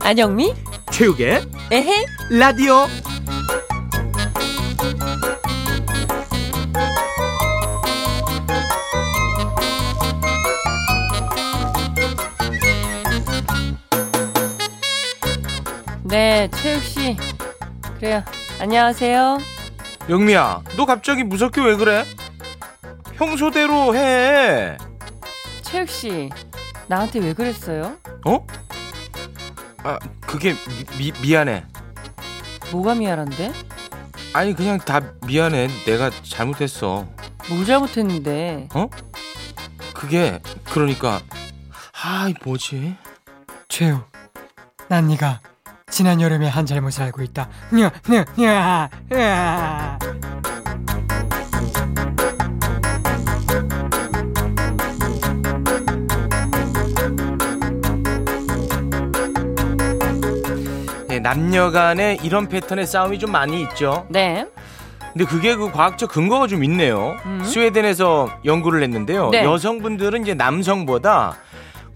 안영미? 체육의 에헤이? 라디오 네, 최욱씨. 그래요. 안녕하세요. 영미야, 너 갑자기 무섭게 왜 그래? 평소대로 해. 최욱씨. 나한테 왜 그랬어요? 어? 아, 그게 미, 미- 미안해. 뭐가 미안한데? 아니, 그냥 다 미안해. 내가 잘못했어. 뭘 잘못했는데? 그게, 그러니까. 아, 이 뭐지? 최우 난 네가 지난 여름에 한 잘못을 알고 있다 냐, 냐, 냐, 냐. 네, 남녀 간에 이런 패턴의 싸움이 좀 많이 있죠. 네. 근데 그게 그 과학적 근거가 좀 있네요. 음. 스웨덴에서 연구를 했는데요. 네. 여성분들은 이제 남성보다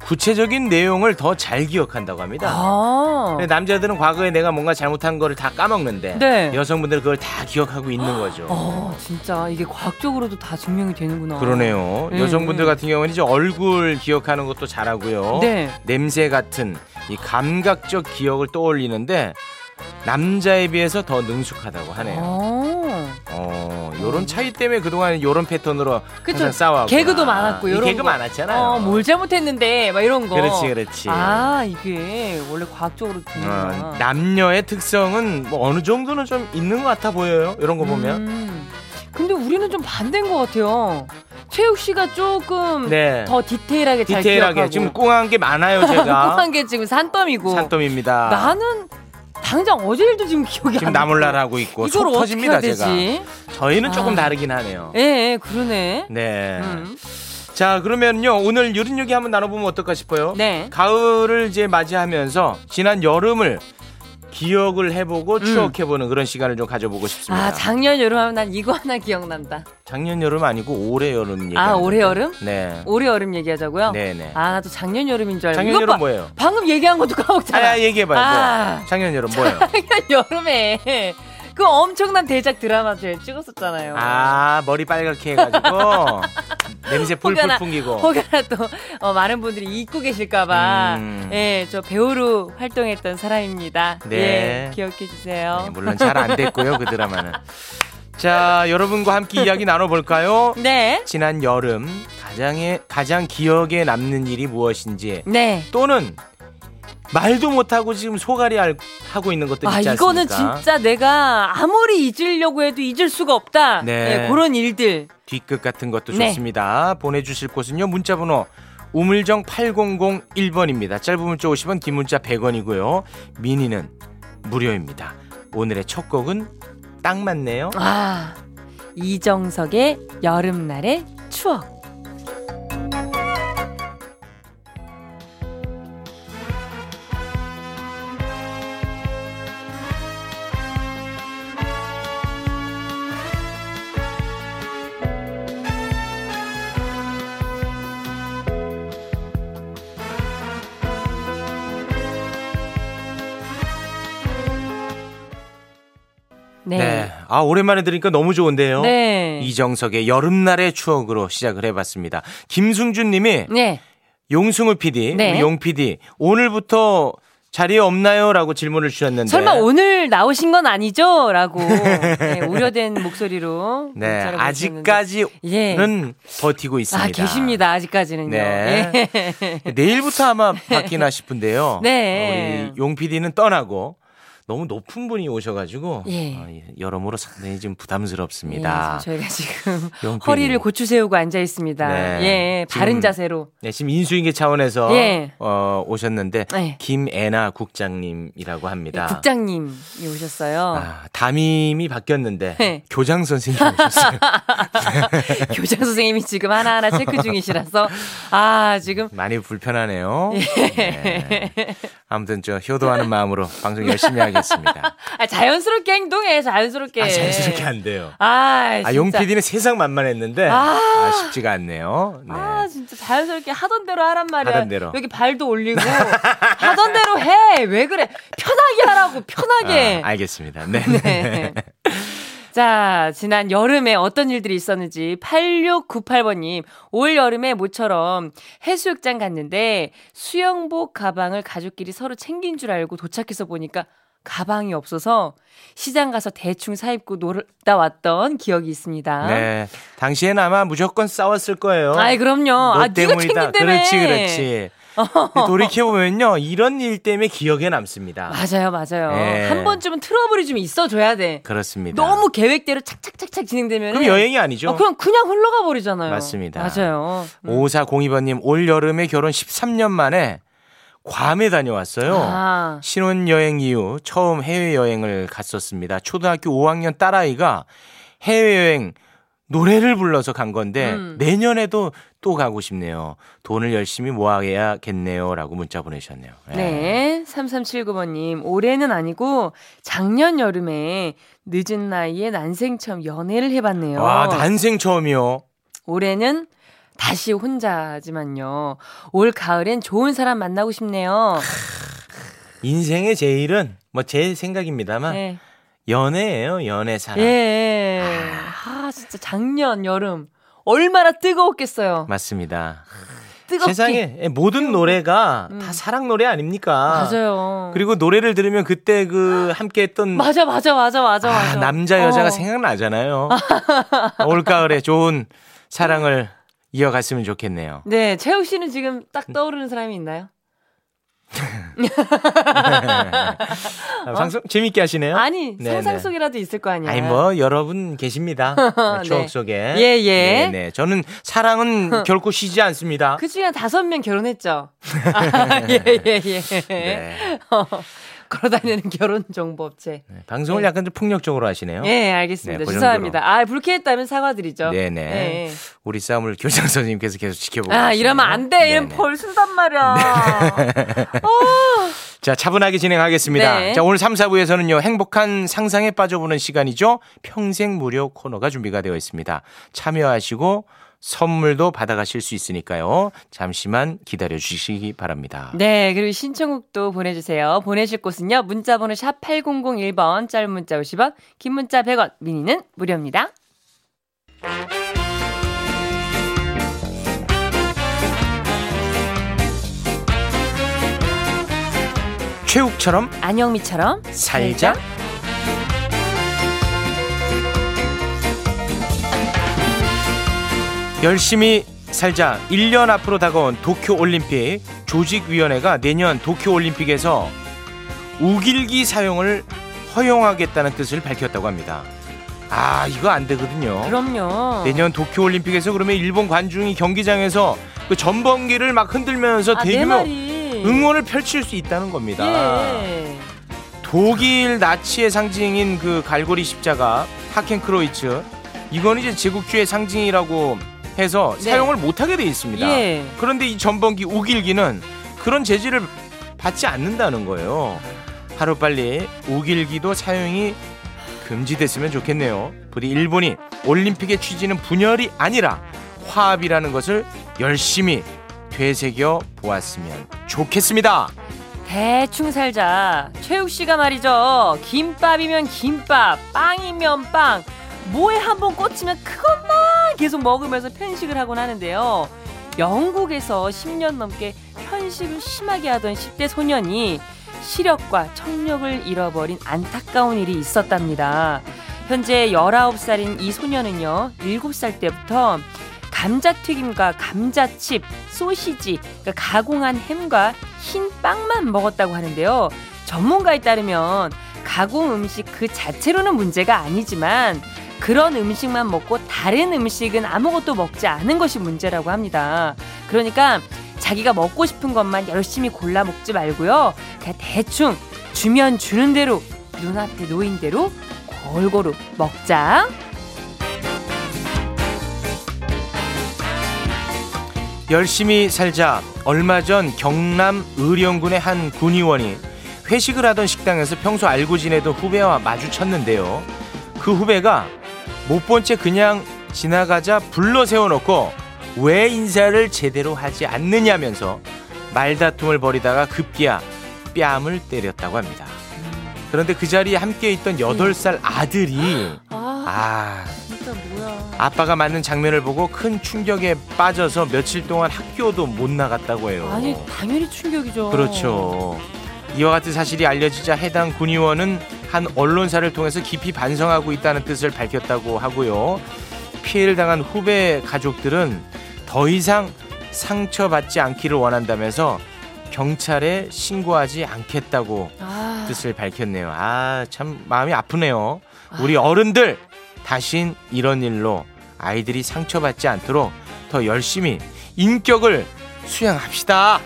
구체적인 내용을 더 잘 기억한다고 합니다. 아. 근데 남자들은 과거에 내가 뭔가 잘못한 거를 다 까먹는데 네. 여성분들은 그걸 다 기억하고 있는 거죠. 어, 진짜 이게 과학적으로도 다 증명이 되는구나. 그러네요. 음, 여성분들 음. 같은 경우는 이제 얼굴 기억하는 것도 잘하고요. 네. 냄새 같은 이 감각적 기억을 떠올리는데 남자에 비해서 더 능숙하다고 하네요. 어. 어, 요런 차이 때문에 그동안 요런 패턴으로 그쵸. 항상 싸워. 개그도 많았고, 요런 개그 거. 많았잖아요. 어, 뭘 잘못했는데 막 이런 거. 그렇지, 그렇지. 아, 이게 원래 과학적으로 되는구나. 어, 남녀의 특성은 뭐 어느 정도는 좀 있는 것 같아 보여요. 이런 거 보면. 음. 근데 우리는 좀 반대인 것 같아요. 최욱 씨가 조금 네. 음. 더 디테일하게 잘 디테일하게 기억하고 지금 꽁한 게 많아요 제가 한게 지금 산더미고 산더미입니다 나는 당장 어제 일도 지금 기억이 지금 안 나. 나몰라라 하고 있고 이걸 속 어떻게 해야 터집니다 되지? 제가 저희는 아. 조금 다르긴 하네요 예, 예, 그러네. 네. 음. 자 그러면요 오늘 이런 얘기 한번 나눠보면 어떨까 싶어요 네. 가을을 이제 맞이하면서 지난 여름을 기억을 해보고 음. 추억해보는 그런 시간을 좀 가져보고 싶습니다 아, 작년 여름 하면 난 이거 하나 기억난다. 작년 여름 아니고 올해 여름 얘기 아, 올해 여름? 네 올해 여름 얘기하자고요? 네네 아, 나도 작년 여름인 줄 알고. 작년 이것 여름 봐. 뭐예요 방금 얘기한 것도 까먹잖아. 아 얘기해봐요 아. 뭐. 작년 여름 뭐예요 작년 여름에 그 엄청난 대작 드라마들 찍었었잖아요. 아 머리 빨갛게 해가지고 냄새 혹여나- 풀풀 풍기고 혹여나 또 어, 많은 분들이 잊고 계실까봐 음. 예, 저 배우로 활동했던 사람입니다. 네. 예, 기억해 주세요. 네, 물론 잘 안 됐고요 그 드라마는 자 여러분과 함께 이야기 나눠볼까요 네. 지난 여름 가장의 가장 기억에 남는 일이 무엇인지 네. 또는 말도 못하고 지금 소갈이 알- 하고 있는 것들 아, 있지 않습니까 이거는 진짜 내가 아무리 잊으려고 해도 잊을 수가 없다. 네. 예, 그런 일들. 뒷끝 같은 것도 네. 좋습니다 보내주실 곳은요 문자번호 우물정 8001번입니다 짧은 문자 50원 긴 문자 100원이고요 미니는 무료입니다 오늘의 첫 곡은 딱 맞네요 아, 이정석의 여름날의 추억. 네. 네. 아, 오랜만에 들으니까 너무 좋은데요. 네. 이정석의 여름날의 추억으로 시작을 해봤습니다. 김승준 님이 네. 용승우 PD, 네. 우리 용 PD, 오늘부터 자리에 없나요? 라고 질문을 주셨는데. 설마 오늘 나오신 건 아니죠? 라고 네, 우려된 목소리로 네. 문자를 아직까지는 예. 버티고 보내주셨는데. 있습니다. 아 계십니다 아직까지는요. 네. 예. 내일부터 아마 바뀌나 싶은데요. 어, 네. 우리 용 PD는 떠나고 너무 높은 분이 오셔가지고 예. 어, 여러모로 상당히 지금 예, 부담스럽습니다. 그래서 저희가 지금 용 PD. 허리를 고추 세우고 앉아 있습니다. 네. 예, 바른 지금 자세로. 네, 지금 인수인계 차원에서 예. 어, 오셨는데 네. 김애나 국장님이라고 합니다. 예, 국장님이 오셨어요. 아, 담임이 바뀌었는데 네. 교장 선생님 오셨어요. 교장 선생님이 지금 하나하나 체크 중이시라서 아 지금 예. 많이 불편하네요. 네. 아무튼 저 효도하는 마음으로 방송 열심히 알겠습니다. 아, 자연스럽게 행동해. 자연스럽게. 아, 자연스럽게 안 돼요. 예. 아, 아, 용 진짜. PD는 세상 만만했는데 아. 아, 쉽지가 않네요. 네. 아 진짜 자연스럽게 하던 대로 하란 말이야. 하던 대로. 여기 발도 올리고 하던 대로 해. 왜 그래? 편하게 하라고 편하게. 아, 알겠습니다. 네. 네. 자, 지난 여름에 어떤 일들이 있었는지 8698번님, 올 여름에 모처럼 해수욕장 갔는데 수영복 가방을 가족끼리 서로 챙긴 줄 알고 도착해서 보니까 가방이 없어서 시장 가서 대충 사입고 놀다 왔던 기억이 있습니다. 네. 당시엔 아마 무조건 싸웠을 거예요. 아. 아이, 그럼요. 너 아, 네가 어. 뭐 때문이다. 챙긴다며. 그렇지, 그렇지. 돌이켜 보면요, 이런 일 때문에 기억에 남습니다. 맞아요, 맞아요. 네. 한 번쯤은 트러블이 좀 있어줘야 돼. 그렇습니다. 너무 계획대로 착착착착 진행되면 그럼 여행이 아니죠. 아, 그럼 그냥 흘러가 버리잖아요. 맞습니다. 맞아요. 음. 5402번님, 올 여름에 결혼 13년 만에 괌에 다녀왔어요. 아, 신혼여행 이후 처음 해외여행을 갔었습니다. 초등학교 5학년 딸아이가 해외여행 노래를 불러서 간 건데 음. 내년에도 또 가고 싶네요. 돈을 열심히 모아야겠네요. 라고 문자 보내셨네요. 예. 네. 3379번님, 올해는 아니고 작년 여름에 늦은 나이에 난생 처음 연애를 해봤네요. 와, 난생 처음이요. 올해는 다시 혼자지만요. 올 가을엔 좋은 사람 만나고 싶네요. 인생의 제일은 뭐 제 생각입니다만 네. 연애예요. 연애 사랑. 예. 아, 진짜 작년 여름. 얼마나 뜨거웠겠어요. 맞습니다. 뜨겁게. 세상에 예, 모든 노래가 음. 다 사랑 노래 아닙니까? 맞아요. 그리고 노래를 들으면 그때 그 함께 했던 맞아, 맞아, 맞아, 맞아, 아, 맞아. 남자 여자가 어. 생각나잖아요. 올가을에 좋은 사랑을 이어갔으면 좋겠네요. 네, 채욱 씨는 지금 음. 딱 떠오르는 사람이 있나요? 아, 방송 재밌게 하시네요. 아니, 네, 상상 네. 속이라도 있을 거 아니야. 아니 뭐 여러분 계십니다. 네, 추억 네. 속에. 예, 예. 네, 네. 저는 사랑은 결코 쉬지 않습니다. 그 중에 한 다섯 명 결혼했죠. 아, 예, 예, 예. 네. 어, 걸어다니는 결혼 정보 업체. 네, 방송을 네. 약간 좀 폭력적으로 하시네요. 예, 알겠습니다. 네, 그 죄송합니다. 아, 불쾌했다면 사과드리죠. 네네. 네. 우리 싸움을 교장 선생님께서 계속 지켜보고 아, 계시네요. 이러면 안 돼. 이러면 네네. 네. 벌쓴단 말이야. 자, 차분하게 진행하겠습니다. 네. 자, 오늘 3, 4부에서는요, 행복한 상상에 빠져보는 시간이죠. 평생 무료 코너가 준비가 되어 있습니다. 참여하시고 선물도 받아가실 수 있으니까요. 잠시만 기다려 주시기 바랍니다. 네, 그리고 신청곡도 보내주세요. 보내실 곳은요, 문자번호 샵 8001번, 짧은 문자 50원, 긴 문자 100원, 미니는 무료입니다. 최욱처럼 안영미처럼 살자. 열심히 살자. 1년 앞으로 다가온 도쿄올림픽 조직위원회가 내년 도쿄올림픽에서 우길기 사용을 허용하겠다는 뜻을 밝혔다고 합니다. 아, 이거 안 되거든요. 그럼요. 내년 도쿄올림픽에서 그러면 일본 관중이 경기장에서 그 전범기를 막 흔들면서 아, 내 대규모 말이. 응원을 펼칠 수 있다는 겁니다. 예. 독일 나치의 상징인 그 갈고리 십자가 하켄크로이츠 이건 이제 제국주의 상징이라고 해서 네. 사용을 못하게 돼 있습니다. 예. 그런데 이 전범기 우길기는 그런 제지를 받지 않는다는 거예요. 하루빨리 우길기도 사용이 금지됐으면 좋겠네요. 부디 일본이 올림픽의 취지는 분열이 아니라 화합이라는 것을 열심히 되새겨 보았으면 좋겠습니다. 대충 살자. 최욱 씨가 말이죠. 김밥이면 김밥, 빵이면 빵. 뭐에 한 번 꽂히면 그것만 계속 먹으면서 편식을 하곤 하는데요. 영국에서 10년 넘게 편식을 심하게 하던 10대 소년이 시력과 청력을 잃어버린 안타까운 일이 있었답니다. 현재 19살인 이 소년은요, 7살 때부터 감자튀김과 감자칩, 소시지, 그러니까 가공한 햄과 흰 빵만 먹었다고 하는데요. 전문가에 따르면 가공 음식 그 자체로는 문제가 아니지만 그런 음식만 먹고 다른 음식은 아무것도 먹지 않은 것이 문제라고 합니다. 그러니까 자기가 먹고 싶은 것만 열심히 골라 먹지 말고요. 그냥 대충 주면 주는 대로 눈앞에 놓인 대로 골고루 먹자. 열심히 살자. 얼마 전 경남 의령군의 한 군의원이 회식을 하던 식당에서 평소 알고 지내던 후배와 마주쳤는데요. 그 후배가 못 본 채 그냥 지나가자 불러 세워놓고 왜 인사를 제대로 하지 않느냐면서 말다툼을 벌이다가 급기야 뺨을 때렸다고 합니다. 그런데 그 자리에 함께 있던 여덟 살 아들이 아, 아 진짜 뭐야. 아빠가 맞는 장면을 보고 큰 충격에 빠져서 며칠 동안 학교도 못 나갔다고 해요. 아니 당연히 충격이죠. 그렇죠. 이와 같은 사실이 알려지자 해당 군의원은 한 언론사를 통해서 깊이 반성하고 있다는 뜻을 밝혔다고 하고요. 피해를 당한 후배 가족들은 더 이상 상처받지 않기를 원한다면서 경찰에 신고하지 않겠다고 아, 뜻을 밝혔네요. 아, 참 마음이 아프네요. 우리 어른들 다신 이런 일로 아이들이 상처받지 않도록 더 열심히 인격을 수양합시다.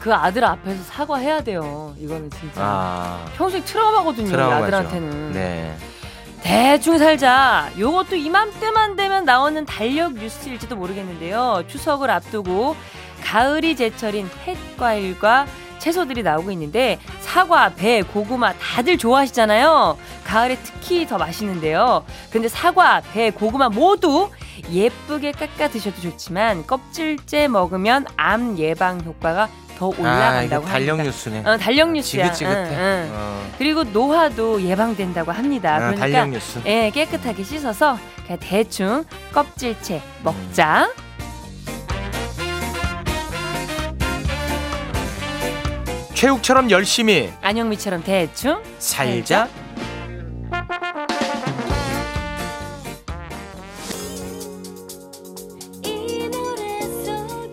그 아들 앞에서 사과해야 돼요. 이거는 진짜. 아. 평생 트라우마거든요. 이 트라우마죠. 음, 아들한테는. 네. 대충 살자. 요것도 이맘때만 되면 나오는 달력 뉴스일지도 모르겠는데요. 추석을 앞두고 가을이 제철인 햇과일과 채소들이 나오고 있는데 사과, 배, 고구마 다들 좋아하시잖아요. 가을에 특히 더 맛있는데요. 근데 사과, 배, 고구마 모두 예쁘게 깎아 드셔도 좋지만 껍질째 먹으면 암 예방 효과가 더 아, 이거 올라간다고 달력 합니다. 뉴스네. 어, 달력 뉴스야. 지긋지긋해. 응, 응. 어. 그리고 노화도 예방된다고 합니다. 아, 그러니까 달력 뉴스. 예, 깨끗하게 씻어서 그냥 대충 껍질째 먹자. 최욱처럼 열심히 안영미처럼 대충. 살자.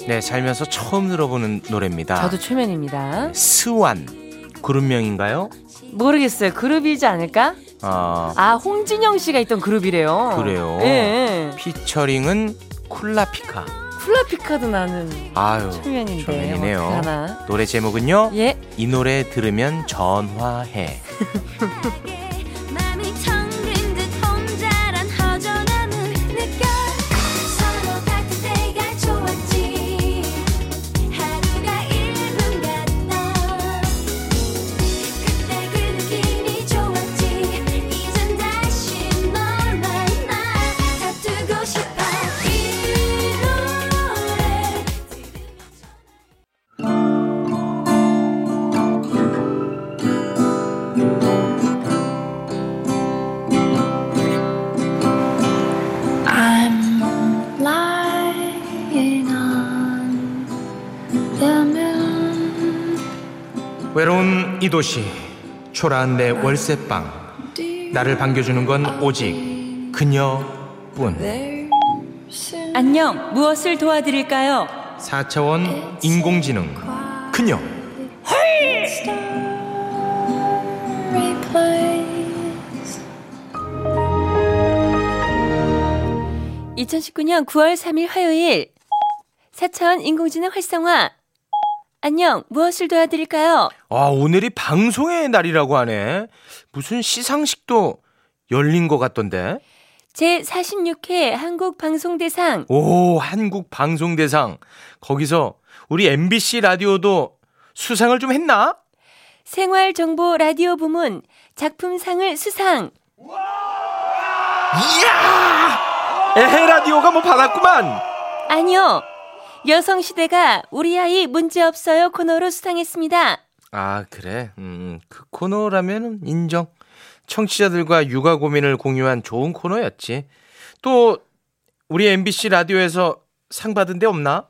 네, 살면서 처음 들어보는 노래입니다. 저도 초면입니다. 스완 그룹명인가요? 모르겠어요. 그룹이지 않을까? 아, 아, 홍진영 씨가 있던 그룹이래요. 그래요? 예. 피처링은 쿨라피카. 쿨라피카도 나는 아유, 초면인데. 초면이네요. 어떡하나. 노래 제목은요. 예. 이 노래 들으면 전화해. 마음이 정든 듯 혼자란 허전함을 느껴 서로 같은 때가 좋았지 하루가 1분 같다 그때 그 느낌이 좋았지 이젠 다시 널 만나 다투고 싶어 이 노래 들으면서 I'm lying on the moon. 외로운 이 도시 초라한 내 월세방 나를 반겨주는 건 오직 네. 그녀뿐 안녕. 무엇을 도와드릴까요? 4차원 인공지능 그녀 Replace 2019년 9월 3일 화요일 4차원 인공지능 활성화 안녕 무엇을 도와드릴까요? 아 오늘이 방송의 날이라고 하네 무슨 시상식도 열린 것 같던데 제 46회 한국방송대상 오 한국 방송 대상 거기서 우리 MBC 라디오도 수상을 좀 했나? 생활정보 라디오 부문 작품상을 수상 이야 에헤 라디오가 뭐 받았구만 아니요 여성시대가 우리 아이 문제없어요 코너로 수상했습니다 아 그래 음, 그 코너라면 인정 청취자들과 육아 고민을 공유한 좋은 코너였지 또 우리 MBC 라디오에서 상 받은 데 없나?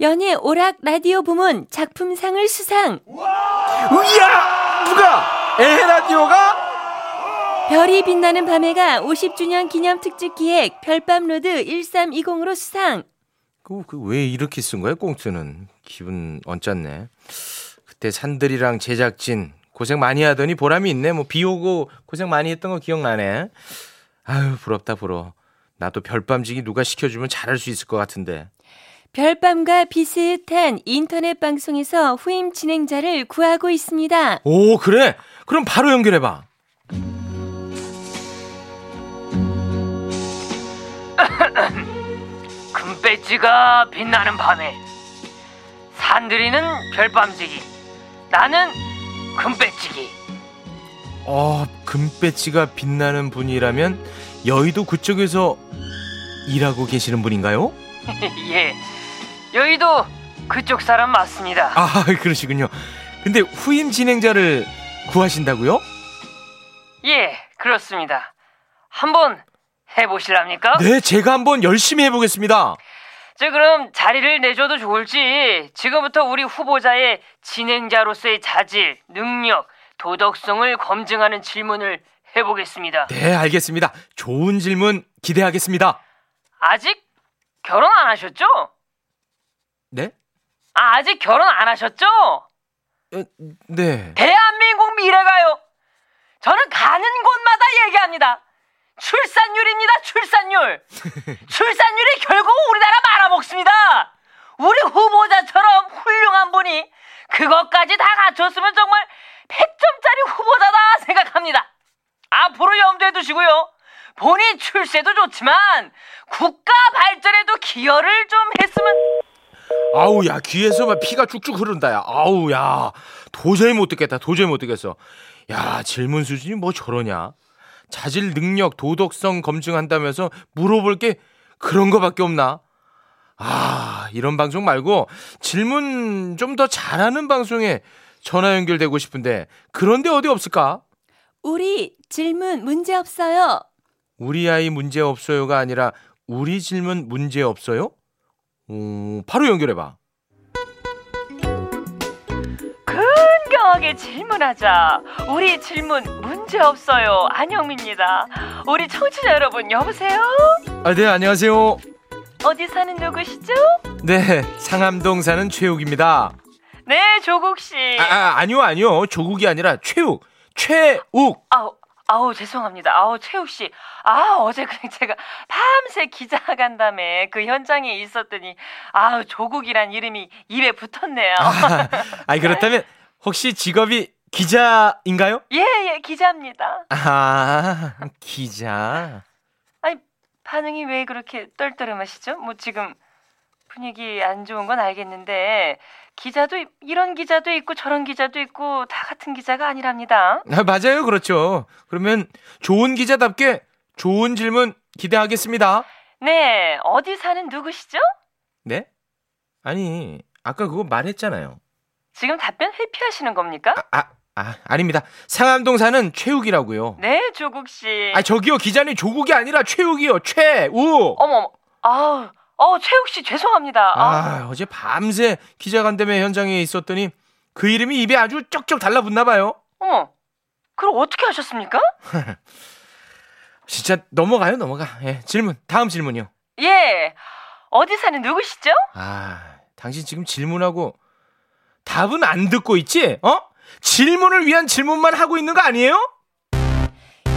연예 오락 라디오 부문 작품상을 수상 으야 누가 에헤 라디오가 별이 빛나는 밤에가 50주년 기념 특집 기획 별밤로드 1320으로 수상 그왜 이렇게 쓴 거야 꽁트는 기분 언짢네 그때 산들이랑 제작진 고생 많이 하더니 보람이 있네 뭐 비 오고 고생 많이 했던 거 기억나네 아유 부럽다 부러워 나도 별밤지기 누가 시켜주면 잘할 수 있을 것 같은데 별밤과 비슷한 인터넷 방송에서 후임 진행자를 구하고 있습니다. 오 그래 그럼 바로 연결해봐 금배지가 빛나는 밤에 산들이는 별밤지기 나는 금배치기. 어, 금배지가 빛나는 분이라면 여의도 그쪽에서 일하고 계시는 분인가요? 예. 여의도 그쪽 사람 맞습니다. 아, 그러시군요. 근데 후임 진행자를 구하신다고요? 예, 그렇습니다. 한번 해보실랍니까? 네, 제가 한번 열심히 해보겠습니다. 저 그럼 자리를 내줘도 좋을지 지금부터 우리 후보자의 진행자로서의 자질, 능력, 도덕성을 검증하는 질문을 해보겠습니다. 네, 알겠습니다. 좋은 질문 기대하겠습니다. 아직 결혼 안 하셨죠? 네? 아, 아직 결혼 안 하셨죠? 어, 네. 대한민국 미래가요. 저는 가는 곳마다 얘기합니다. 출산율입니다. 출산율. 출산율이 결국 우리나라 말아먹습니다. 우리 후보자처럼 훌륭한 분이 그것까지 다 갖췄으면 정말 100점짜리 후보자다 생각합니다. 앞으로 염두에 두시고요. 본인 출세도 좋지만 국가 발전에도 기여를 좀 했으면 아우, 야, 귀에서 막 피가 쭉쭉 흐른다, 야. 아우, 야. 도저히 못 듣겠다, 도저히 못 듣겠어. 야, 질문 수준이 뭐 저러냐. 자질 능력, 도덕성 검증한다면서 물어볼 게 그런 거밖에 없나? 아, 이런 방송 말고 질문 좀 더 잘하는 방송에 전화 연결되고 싶은데 그런데 어디 없을까? 우리 질문 문제 없어요. 우리 아이 문제 없어요가 아니라 우리 질문 문제 없어요? 오, 바로 연결해봐. 건강하게 질문하자. 우리 질문 문제 없어요. 안영미입니다. 우리 청취자 여러분 여보세요. 아, 네, 안녕하세요. 어디 사는 누구시죠? 네, 상암동 사는 최욱입니다. 네 조국 씨. 아, 아 아니요, 아니요. 조국이 아니라 최욱. 최욱. 아우 아우 죄송합니다. 아우 최욱 씨. 아 어제 그 제가 밤새 기자 간담회 그 현장에 있었더니 아우 조국이란 이름이 입에 붙었네요. 아, 아니, 그렇다면 혹시 직업이 기자인가요? 예예 기자입니다. 아, 기자. 아니 반응이 왜 그렇게 떨떠름하시죠? 뭐 지금 분위기 안 좋은 건 알겠는데 기자도 이- 이런 기자도 있고 저런 기자도 있고 다 같은 기자가 아니랍니다. 아, 맞아요, 그렇죠. 그러면 좋은 기자답게 좋은 질문 기대하겠습니다. 네 어디 사는 누구시죠? 네? 아니, 아까 그거 말했잖아요. 지금 답변 회피하시는 겁니까? 아, 아, 아 아닙니다. 상암동 사는 최욱이라고요. 네 조국 씨. 아, 저기요, 기자님 조국이 아니라 최욱이요. 최욱. 어머 어머. 아우 어 최욱 씨 죄송합니다. 아, 아, 어제 밤새 기자간담회 현장에 있었더니 그 이름이 입에 아주 쩍쩍 달라붙나 봐요. 어머 그럼 어떻게 하셨습니까? 진짜 넘어가요, 넘어가. 예, 질문. 다음 질문이요. 예 어디 사는 누구시죠? 아, 당신 지금 질문하고 답은 안 듣고 있지? 어? 질문을 위한 질문만 하고 있는 거 아니에요?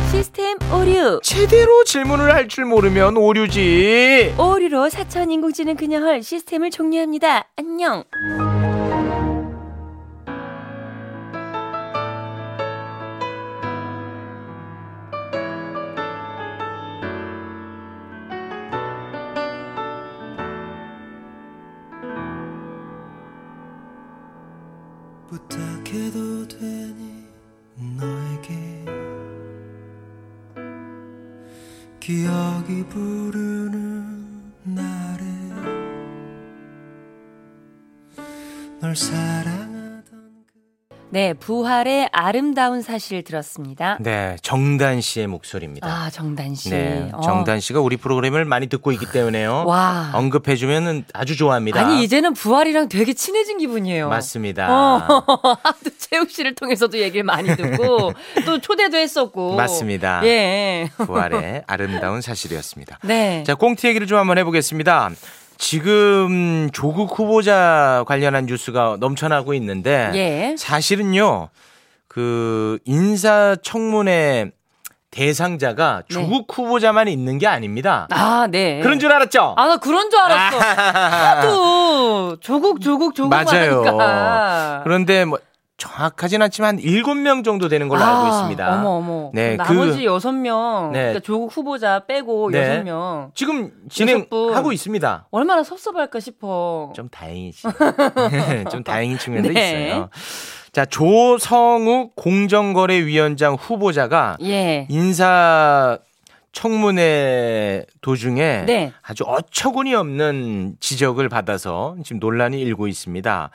시스템 오류. 제대로 질문을 할 줄 모르면 오류지. 오류로 사천 인공지능 그녀헐 시스템을 종료합니다. 안녕. 부탁해도 되니 너에게 기억이 부르는 날에 널 사랑하던 그 네 부활의 아름다운 사실 들었습니다. 네, 정단 씨의 목소리입니다. 아 정단 씨. 네, 어. 정단 씨가 우리 프로그램을 많이 듣고 있기 때문에요. 와. 언급해주면 아주 좋아합니다. 아니 이제는 부활이랑 되게 친해진 기분이에요. 맞습니다. 어, 또 최욱 씨를 통해서도 얘기를 많이 듣고 또 초대도 했었고. 맞습니다. 예. 부활의 아름다운 사실이었습니다. 네. 자, 꽁트 얘기를 좀 한번 해보겠습니다. 지금 조국 후보자 관련한 뉴스가 넘쳐나고 있는데 예. 사실은요 그 인사청문회 대상자가 조국 후보자만 있는 게 아닙니다. 네. 아, 네. 그런 줄 알았죠? 아, 나 그런 줄 알았어. 하도 조국 조국 조국 맞아요. 하니까. 그런데 뭐 정확하진 않지만 일곱 명 정도 되는 걸로 아, 알고 있습니다. 어머 어머. 네, 나머지 그- 여섯 명. 네. 그러니까 조국 후보자 빼고 네. 여섯 명. 지금 여섯 진행하고 분. 있습니다. 얼마나 섭섭할까 싶어. 좀 다행이지. 좀 다행인 측면도 네. 있어요. 자, 조성욱 공정거래위원장 후보자가 예. 인사 청문회 도중에 네. 아주 어처구니 없는 지적을 받아서 지금 논란이 일고 있습니다.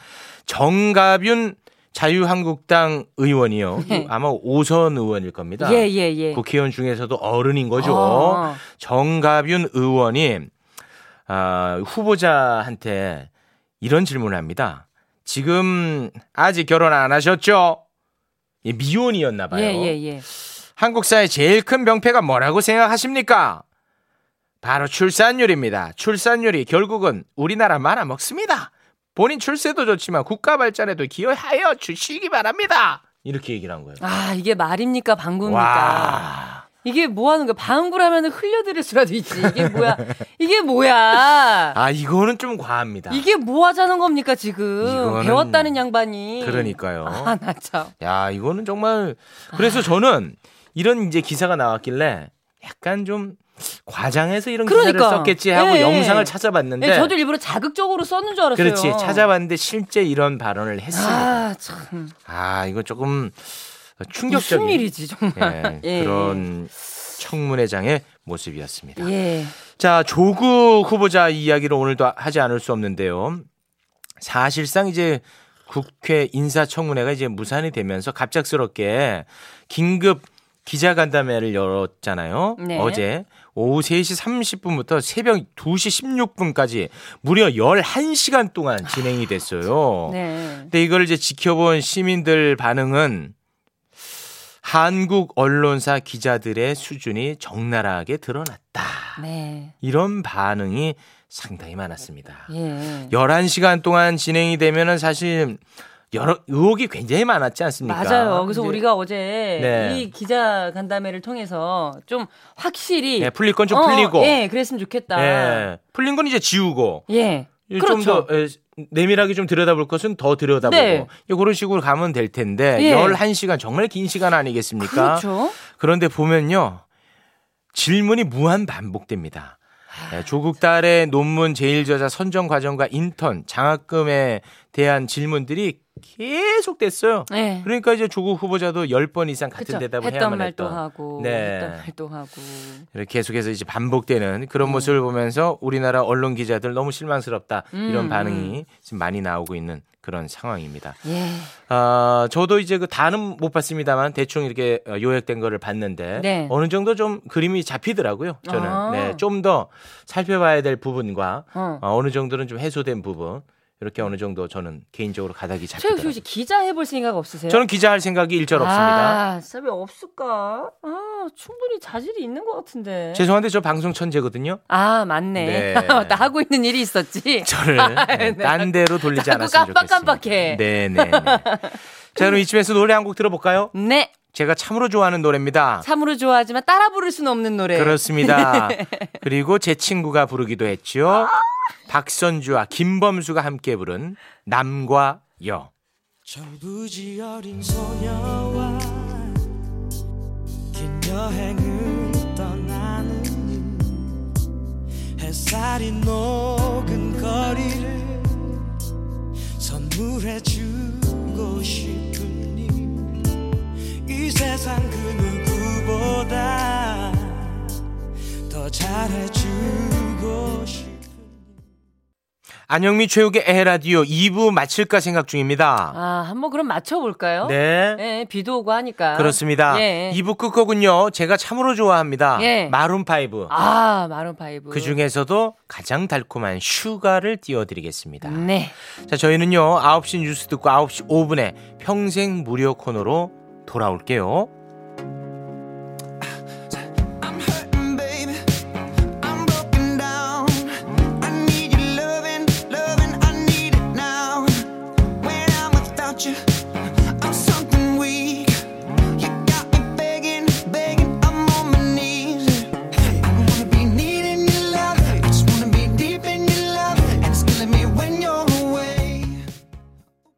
정가윤 자유한국당 의원이요. 네. 아마 5선 의원일 겁니다. 예, 예, 예. 국회의원 중에서도 어른인 거죠. 어. 정가윤 의원이 아, 후보자한테 이런 질문을 합니다. 지금 아직 결혼 안 하셨죠? 예, 미혼이었나 봐요. 예, 예, 예. 한국 사회 제일 큰 병폐가 뭐라고 생각하십니까? 바로 출산율입니다. 출산율이 결국은 우리나라 말아먹습니다. 본인 출세도 좋지만 국가 발전에도 기여하여 주시기 바랍니다. 이렇게 얘기를 한 거예요. 아, 이게 말입니까? 방구입니까? 와. 이게 뭐 하는 거야? 방구라면 흘려드릴 수라도 있지. 이게 뭐야? 이게 뭐야? 아, 이거는 좀 과합니다. 이게 뭐 하자는 겁니까, 지금? 이거는- 배웠다는 양반이. 그러니까요. 아, 나 참. 야, 이거는 정말 그래서 저는 이런 이제 기사가 나왔길래 약간 좀 과장해서 이런 기사를 그러니까. 썼겠지 하고 예, 예. 영상을 찾아봤는데 예, 저도 일부러 자극적으로 썼는 줄 알았어요. 그렇지 찾아봤는데 실제 이런 발언을 했습니다. 아, 참. 아, 이거 조금 충격적인 무슨 일이지, 정말. 예, 그런 청문회장의 모습이었습니다. 예. 자, 조국 후보자 이야기를 오늘도 하지 않을 수 없는데요. 사실상 이제 국회 인사청문회가 이제 무산이 되면서 갑작스럽게 긴급 기자간담회를 열었잖아요. 네. 어제 오후 3시 30분부터 새벽 2시 16분까지 무려 11시간 동안 진행이 됐어요. 네. 근데 이걸 이제 지켜본 시민들 반응은 한국 언론사 기자들의 수준이 적나라하게 드러났다. 네. 이런 반응이 상당히 많았습니다. 예. 11시간 동안 진행이 되면은 사실 여러 의혹이 굉장히 많았지 않습니까? 맞아요. 그래서 그러니까 이제, 우리가 어제 네. 이 기자 간담회를 통해서 좀 확실히 예, 풀릴 건 좀 어, 풀리고 예, 그랬으면 좋겠다. 예. 예, 풀린 건 이제 지우고 예, 좀 그렇죠. 더 내밀하게 좀 들여다볼 것은 더 들여다보고 네. 예, 그런 식으로 가면 될 텐데 예. 11시간 정말 긴 시간 아니겠습니까? 그렇죠. 그런데 보면요. 질문이 무한 반복됩니다. 예, 조국 딸의 논문 제일저자 선정 과정과 인턴 장학금에 대한 질문들이 계속 됐어요. 예. 그러니까 이제 조국 후보자도 10번 이상 같은 그쵸. 대답을 했던 해야만 말도 했던 하고 네. 했던 말도 음. 하고 이렇게 계속해서 이제 반복되는 그런 모습을 보면서 우리나라 언론 기자들 너무 실망스럽다 이런 음, 반응이 지금 많이 나오고 있는 그런 상황입니다. 예. 아, 저도 이제 그 다는 못 봤습니다만 대충 이렇게 어, 요약된 거를 봤는데 네. 어느 정도 좀 그림이 잡히더라고요. 저는 아. 네, 좀 더 살펴봐야 될 부분과 어. 어, 어느 정도는 좀 해소된 부분 이렇게 어느 정도 저는 개인적으로 가닥이 최욱씨 잡히더라고요. 혹시 기자 해볼 생각 없으세요? 저는 기자할 생각이 일절 없습니다. 아, 진짜 왜 없을까? 아, 충분히 자질이 있는 것 같은데. 죄송한데 저 방송 천재거든요. 아, 맞네. 네. 나 하고 있는 일이 있었지. 저를 네. 딴 데로 돌리지 자꾸 않았으면 깜빡깜빡해. 좋겠습니다. 네네. 자 그럼 이쯤에서 노래 한 곡 들어볼까요? 네. 제가 참으로 좋아하는 노래입니다. 참으로 좋아하지만 따라 부를 수는 없는 노래. 그렇습니다. 그리고 제 친구가 부르기도 했죠. 아! 박선주와 김범수가 함께 부른 남과 여. 저부지 어린 소녀와 긴 여행을 떠나는 일 햇살이 녹은 거리를 선물해주고 싶은 일이 세상 그 누구보다 더 잘해주고 싶은 안영미 최욱의 에라디오 2부 마칠까 생각 중입니다. 아, 한번 그럼 맞춰볼까요? 네. 예, 비도 오고 하니까. 그렇습니다. 예. 2부 끝곡은요. 제가 참으로 좋아합니다. 예. 마룬 파이브. 아, 마룬 파이브. 그 중에서도 가장 달콤한 슈가를 띄워드리겠습니다. 네. 자, 저희는요. 9시 뉴스 듣고 9시 5분에 평생 무료 코너로 돌아올게요.